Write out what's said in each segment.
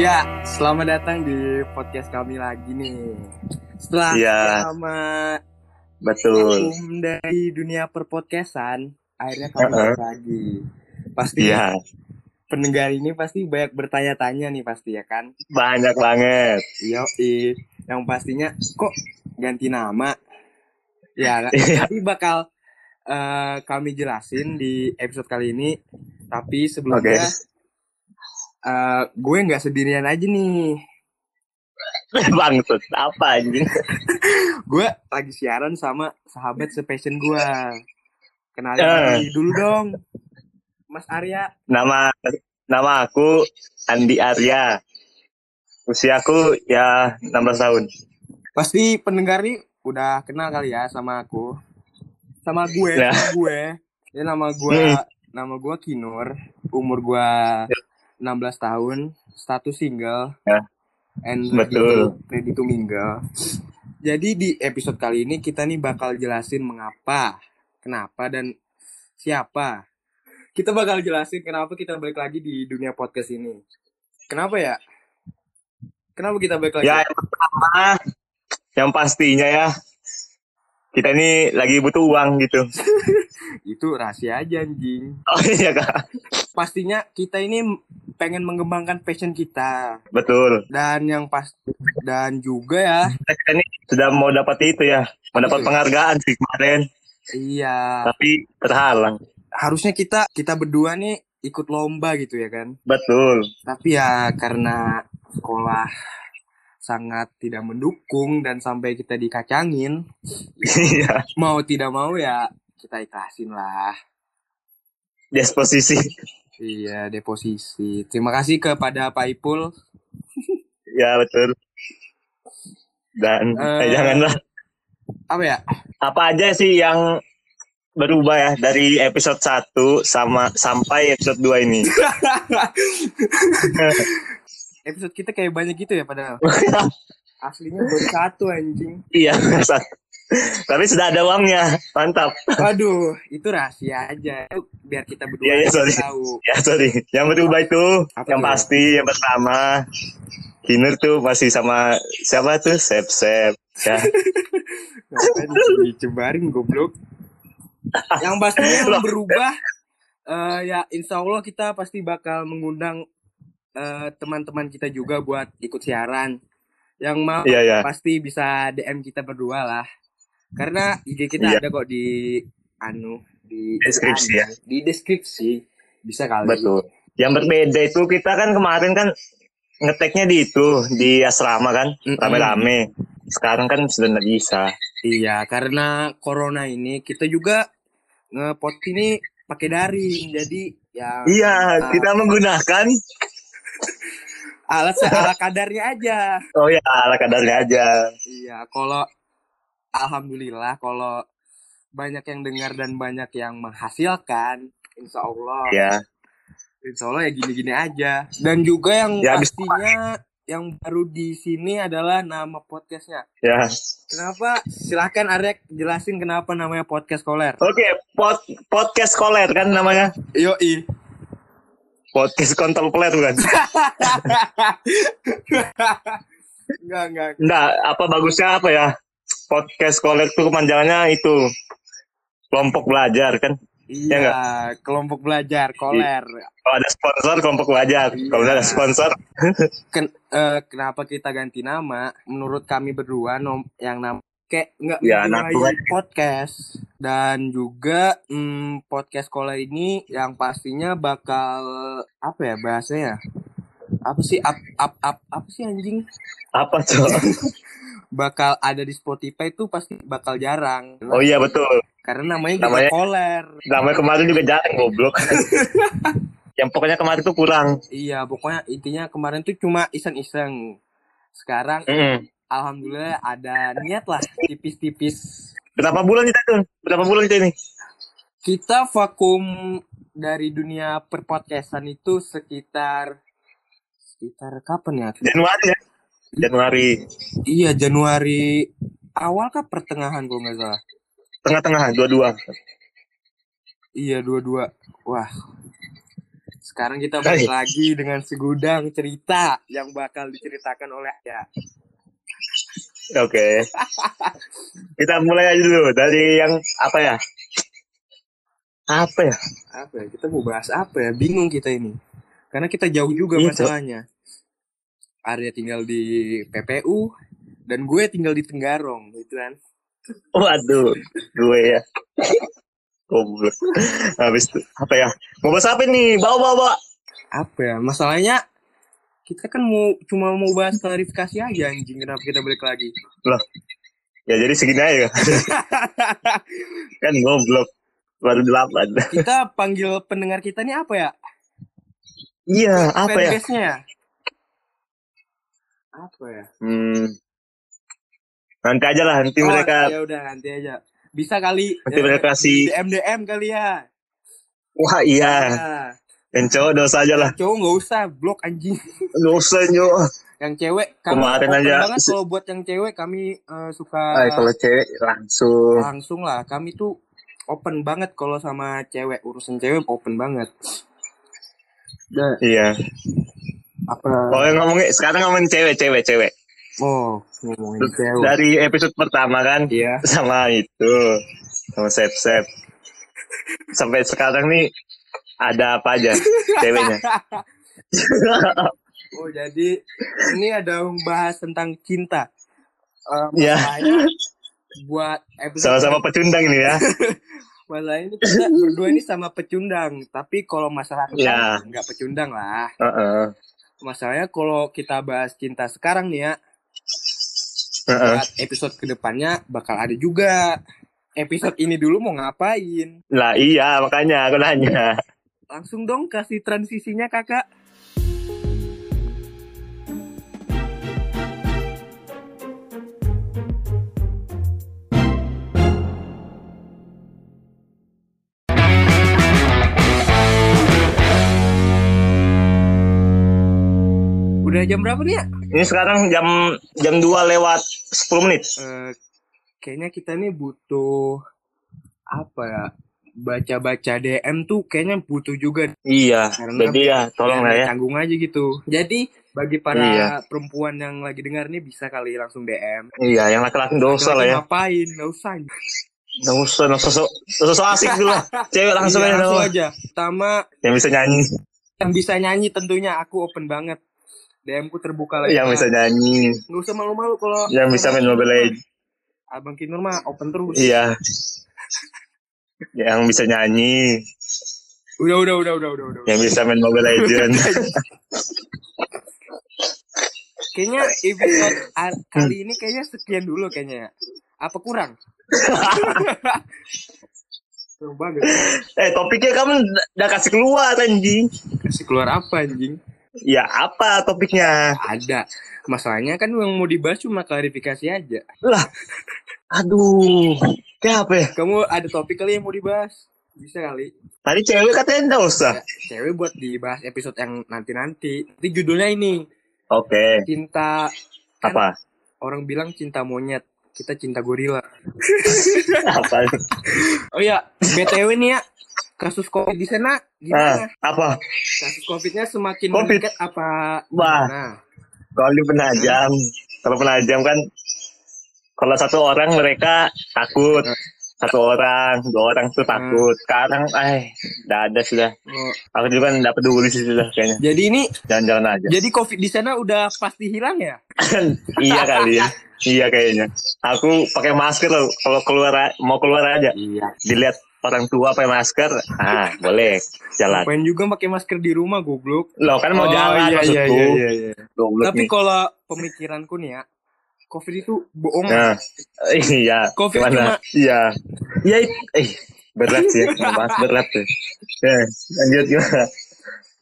Ya, Selamat datang di podcast kami lagi nih. Setelah Iya. lama Betul. vakum dari dunia perpodcastan, akhirnya kami Uh-uh. balik lagi. Pasti Iya, pendengar ini pasti banyak bertanya-tanya nih pasti ya kan. banyak banget. Iya, yang pastinya kok ganti nama. Ya, Iya. nanti bakal eh, kami jelasin di episode kali ini. Tapi sebelumnya, eh, gue nggak sendirian aja nih. Bangsat, apa anjing? gue lagi siaran sama sahabat sepassion gue kenalin Eh. lagi dulu dong Mas Arya Nama nama aku Andi Arya. Usiaku ya 16 tahun. pasti pendengar nih udah kenal kali ya sama aku sama gue Ya. sama gue ya nama gue Hmm. nama gue Kinur umur gue 16 tahun status single Ya. and Betul. ready to- ready to mingle jadi di episode kali ini kita nih bakal jelasin mengapa kenapa dan siapa kita bakal jelasin kenapa kita balik lagi di dunia podcast ini kenapa ya kenapa kita balik lagi Ya yang pertama, yang pastinya ya kita ini lagi butuh uang gitu. itu rahasia aja anjing Oh iya kak, pastinya kita ini pengen mengembangkan passion kita betul. dan yang pas dan juga ya Kita ini sudah mau dapat itu ya, mau dapat penghargaan sih kemarin, iya tapi terhalang. harusnya kita kita berdua nih ikut lomba gitu ya kan Betul. tapi ya karena sekolah sangat tidak mendukung dan sampai kita dikacangin Iya, mau tidak mau ya kita ikhlasin lah disposisi. iya deposisi terima kasih kepada Pak Ipul Ya betul. Dan eh, Eh, janganlah apa ya apa aja sih yang berubah ya dari episode 1 sama sampai episode 2 ini. episode kita kayak banyak gitu ya padahal aslinya baru satu anjing iya, Sat. tapi sudah ada uangnya. Mantap. waduh itu rahasia aja Itu biar kita berdua Iya, iya, yang sorry. tahu Ya, sorry. Yang berubah itu Apa yang tuh? pasti yang pertama Kinur tuh masih sama siapa tuh? Sep-sep. Ya. ngapain di- dicebarin goblok yang pastinya yang Loh. berubah eh, ya insya Allah kita pasti bakal mengundang eh, teman-teman kita juga buat ikut siaran yang mau Iya, ya. pasti bisa DM kita berdua lah karena IG kita Iya. ada kok di anu di Deskripsi ya. di deskripsi bisa kali Betul. Yang berbeda itu kita kan kemarin kan ngeteknya di itu di asrama kan Mm-mm. Hmm. rame-rame. Sekarang kan sudah nggak bisa. iya karena corona ini kita juga ngepot ini pakai daring jadi ya Iya, Ah. kita menggunakan alat se- ala kadarnya aja oh ya ala kadarnya aja. iya kalau alhamdulillah kalau banyak yang dengar dan banyak yang menghasilkan insya Allah Ya, Insya Allah ya gini-gini aja. Dan juga yang Ya, habis- pastinya yang baru di sini adalah nama podcastnya. ya. Kenapa? Silahkan Arek jelasin kenapa namanya podcast koler. Oke, pod, podcast koler kan namanya. Yoi. Podcast kontol peler bukan? enggak enggak. Enggak, apa bagusnya apa ya? Podcast koler tuh kepanjangannya itu kelompok belajar kan. Iya, enggak? kelompok belajar koler. Kalau ada sponsor kelompok belajar. Kalau Iya. nggak ada sponsor, Ken- eh, kenapa kita ganti nama? Menurut kami berdua nom yang nama kayak nggak Ya, menyalahi nama podcast dan juga mm, podcast sekolah ini yang pastinya bakal apa ya bahasanya apa sih up up up apa sih anjing apa coba? bakal ada di Spotify itu pasti bakal jarang Oh iya betul. karena namanya juga Namanya- koler Namanya kemarin juga jarang goblok. yang pokoknya kemarin tuh kurang. iya pokoknya intinya kemarin tuh cuma iseng-iseng sekarang Mm-mm. alhamdulillah ada niat lah tipis-tipis Berapa bulan kita tuh? Berapa bulan kita ini? kita vakum dari dunia perpodcastan itu sekitar sekitar kapan ya? Januari ya? Januari. Iya Januari awal kah pertengahan kalau nggak salah. Tengah-tengah, dua-dua. Iya dua-dua. Wah Sekarang kita balik lagi dengan segudang cerita yang bakal diceritakan oleh ya. Oke. Kita mulai aja dulu dari yang apa ya? Apa ya? Apa ya? Kita mau bahas apa ya? Bingung kita ini. Karena kita jauh juga Gitu. masalahnya. Arya tinggal di PPU dan gue tinggal di Tenggarong, gitu kan. Waduh, gue ya. Goblok. Habis itu apa ya? Mau bahas apa nih? Bawa bawa. bawa. Apa ya? Masalahnya kita kan mau cuma mau bahas klarifikasi aja anjing kenapa kita balik lagi. Ya jadi segini aja. kan goblok. Baru delapan. Kita panggil pendengar kita nih apa ya? Iya, apa ya? Fanbase-nya ya? Apa ya? Hmm. Nanti aja lah, nanti Oh, mereka ya udah nanti aja. Bisa kali nanti eh, mereka kasih. DM DM kali ya. Wah iya, Nah, yang cowok dosa aja lah. cowok nggak usah blok anjing. Dosa cowok. Yang cewek kami Kemarin open aja banget si- kalau buat yang cewek kami eh, suka Ay, kalau cewek langsung. langsung lah. Kami tuh open banget kalau sama cewek urusan cewek open banget. Nah, Iya. apa? Oh yang ngomongin sekarang ngomongin cewek, cewek, cewek. Oh, ngomongin cewek. Dari episode pertama kan Iya. sama itu sama sep sep sampai sekarang nih ada apa aja ceweknya Oh jadi ini ada membahas tentang cinta. Eh, Iya. masalahnya buat episode sama-sama pecundang ini ya masalah ini kita berdua ini sama pecundang tapi kalau masalah Iya. kita nggak pecundang lah Heeh, masalahnya kalau kita bahas cinta sekarang nih ya heeh. buat episode kedepannya bakal ada juga episode ini dulu mau ngapain lah iya makanya aku nanya langsung dong kasih transisinya kakak Udah jam berapa nih ya? ini sekarang jam jam 2 lewat 10 menit Eh, kayaknya kita nih butuh apa ya? Baca-baca DM tuh kayaknya butuh juga iya Karena- jadi ya tolong lah Biar ya Canggung aja gitu. Jadi bagi para Iya. perempuan yang lagi dengar nih bisa kali langsung DM. iya yang laki-laki dosa lah ya Ngapain? Gak usah. Iya, nggak usah nggak usah nggak usah asik dulu lah cewek langsung Iya, aja langsung dong. aja. Pertama yang bisa nyanyi yang bisa nyanyi tentunya aku open banget. DM ku terbuka lagi. yang bisa nyanyi Nggak usah malu-malu kalau yang bisa main mobile Legends. Abang Kinur mah open terus. Iya. yang bisa nyanyi, Udah, udah, udah, udah, udah, udah. yang bisa main Mobile Legends. Kayaknya episode a- kali ini kayaknya sekian dulu kayaknya. ya. Apa kurang? Seru banget. eh, topiknya kamu d- udah kasih keluar anjing. Kasih keluar apa anjing? Ya apa topiknya? Ada. Masalahnya kan yang mau dibahas cuma klarifikasi aja. Lah. Aduh. Kayak apa ya? Kamu ada topik kali yang mau dibahas? Bisa kali. Tadi cewek katanya enggak usah. Cewek buat dibahas episode yang nanti-nanti. Nanti judulnya ini. Oke. Cinta. Apa? Orang bilang cinta monyet. Kita cinta gorila. apa? Oh ya, BTW nih ya. Kasus COVID di sana Ah, gimana? apa? Kasus COVID-nya semakin Covid. meningkat apa? Wah. Nah, Kalau di penajam, kalau penajam kan kalau satu orang mereka takut, satu orang, dua orang tuh takut. Sekarang, eh, udah ada sudah. oh. Aku juga nggak peduli sih sudah kayaknya. Jadi ini, Jalan-jalan aja. jadi COVID di sana udah pasti hilang ya? iya kali ya. Iya kayaknya. Aku pakai masker loh. Kalau keluar a- mau keluar aja. Iya. Dilihat orang tua pakai masker. Ah boleh jalan. Pengen juga pakai masker di rumah goblok. Loh kan mau Oh, jalan iya, iya, maksudku. iya, iya, iya. Goblok Tapi nih. kalau pemikiranku nih ya, COVID itu bohong. Nah, iya. Covid Gimana? cuma- Ya, Iya. Iya. it- Eh, berat sih ya. Bahas berat tuh. Ya, lanjut gimana?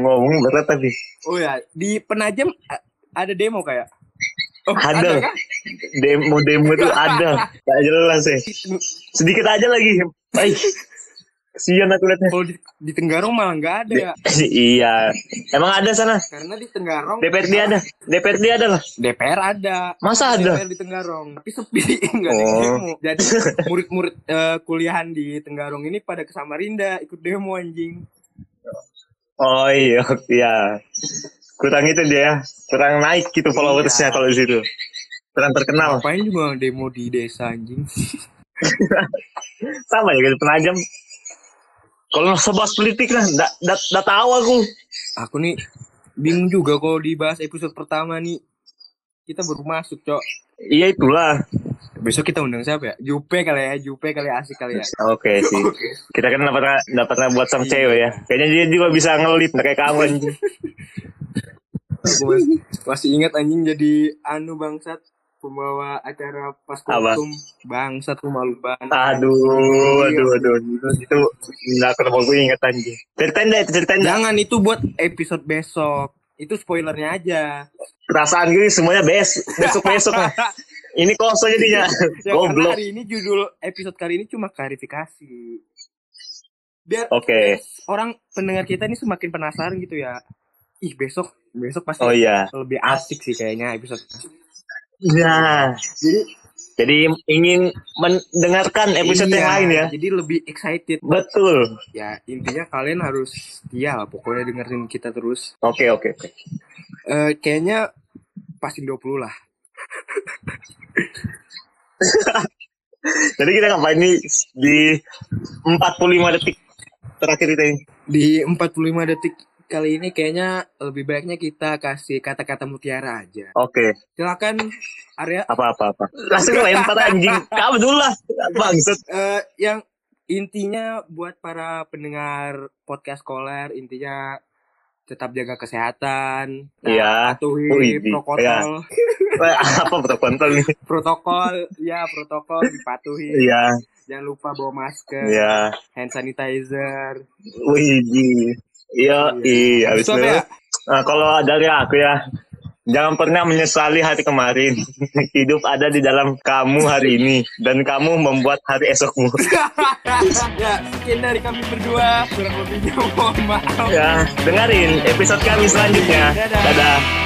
Ngomong berat tapi. Oh ya, di Penajam a- ada demo kayak. Oh, Ada. kah? Demo-demo tuh ada. Gak jelas sih. Sedikit aja lagi. Baik. Kesian aku liatnya. Kalau di, di Tenggarong malah nggak ada ya. iya. Emang ada sana? Karena di Tenggarong DPRD ada. DPRD ada lah. DPR ada. Masa ada? DPR di Tenggarong, tapi sepi nggak ada Oh. yang demo. Jadi murid-murid eh, kuliahan di Tenggarong ini pada ke Samarinda ikut demo anjing. Oh iya, iya. Kurang itu dia, ya. kurang naik gitu followersnya kalau di situ. Kurang terkenal. Ngapain juga demo di desa anjing? Sama ya gitu penajam. Kalau sebahas politik lah, nggak nggak- nggak tahu aku. Aku nih bingung juga kalau dibahas episode pertama nih. Kita baru masuk, Cok. Iya itulah. Besok kita undang siapa ya? Jupe kali ya, Jupe kali ya, asik kali ya. Oke sih. Kita kan nggak pernah nggak pernah buat sama Iya. cewek ya. Kayaknya dia juga bisa ngelit nggak kayak kamu. anjing. Aku masih, masih ingat anjing jadi anu bangsat pembawa acara pas Apa? kultum bangsat lu malu banget. Iya. Aduh, aduh, aduh. Itu nggak pernah gue ingat anjing. Ceritain deh, ceritain deh. Jangan itu buat episode besok. Itu spoilernya aja. Perasaan gini semuanya bes besok besok lah. Ini kosong jadinya. Ya, karena Goblok. hari ini judul episode kali ini cuma klarifikasi. Biar Oke. orang pendengar kita ini semakin penasaran gitu ya. Ih, besok besok pasti Oh iya. lebih asik sih kayaknya episode. Nah, Jadi jadi ingin mendengarkan episode iya, yang lain ya. Jadi lebih excited. Betul. Ya, intinya kalian harus setia lah pokoknya dengerin kita terus. Oke, oke, oke. Eh kayaknya pasti 20 lah. Jadi kita ngapain nih di 45 detik terakhir kita ini? Di 45 detik kali ini kayaknya lebih baiknya kita kasih kata-kata mutiara aja. Oke, Silakan Arya apa-apa apa. Langsung lempar anjing. Kamu dulu lah. Bangsat. eh yang intinya buat para pendengar podcast koler intinya tetap jaga kesehatan, Iya. patuhi Wih, di- protokol, Eh, Apa bro kontol nih? protokol, ya protokol dipatuhi. Iya, Jangan lupa bawa masker, iya. hand sanitizer. Wih, di- Iya, iya. Habis Habis itu itu, apa ya? eh, kalau dari aku ya, jangan pernah menyesali hari kemarin. Hidup ada di dalam kamu hari ini, dan kamu membuat hari esokmu. ya, sekian dari kami berdua. Kurang lebihnya mohon maaf. Ya, dengerin episode kami selanjutnya. Dadah. Dadah.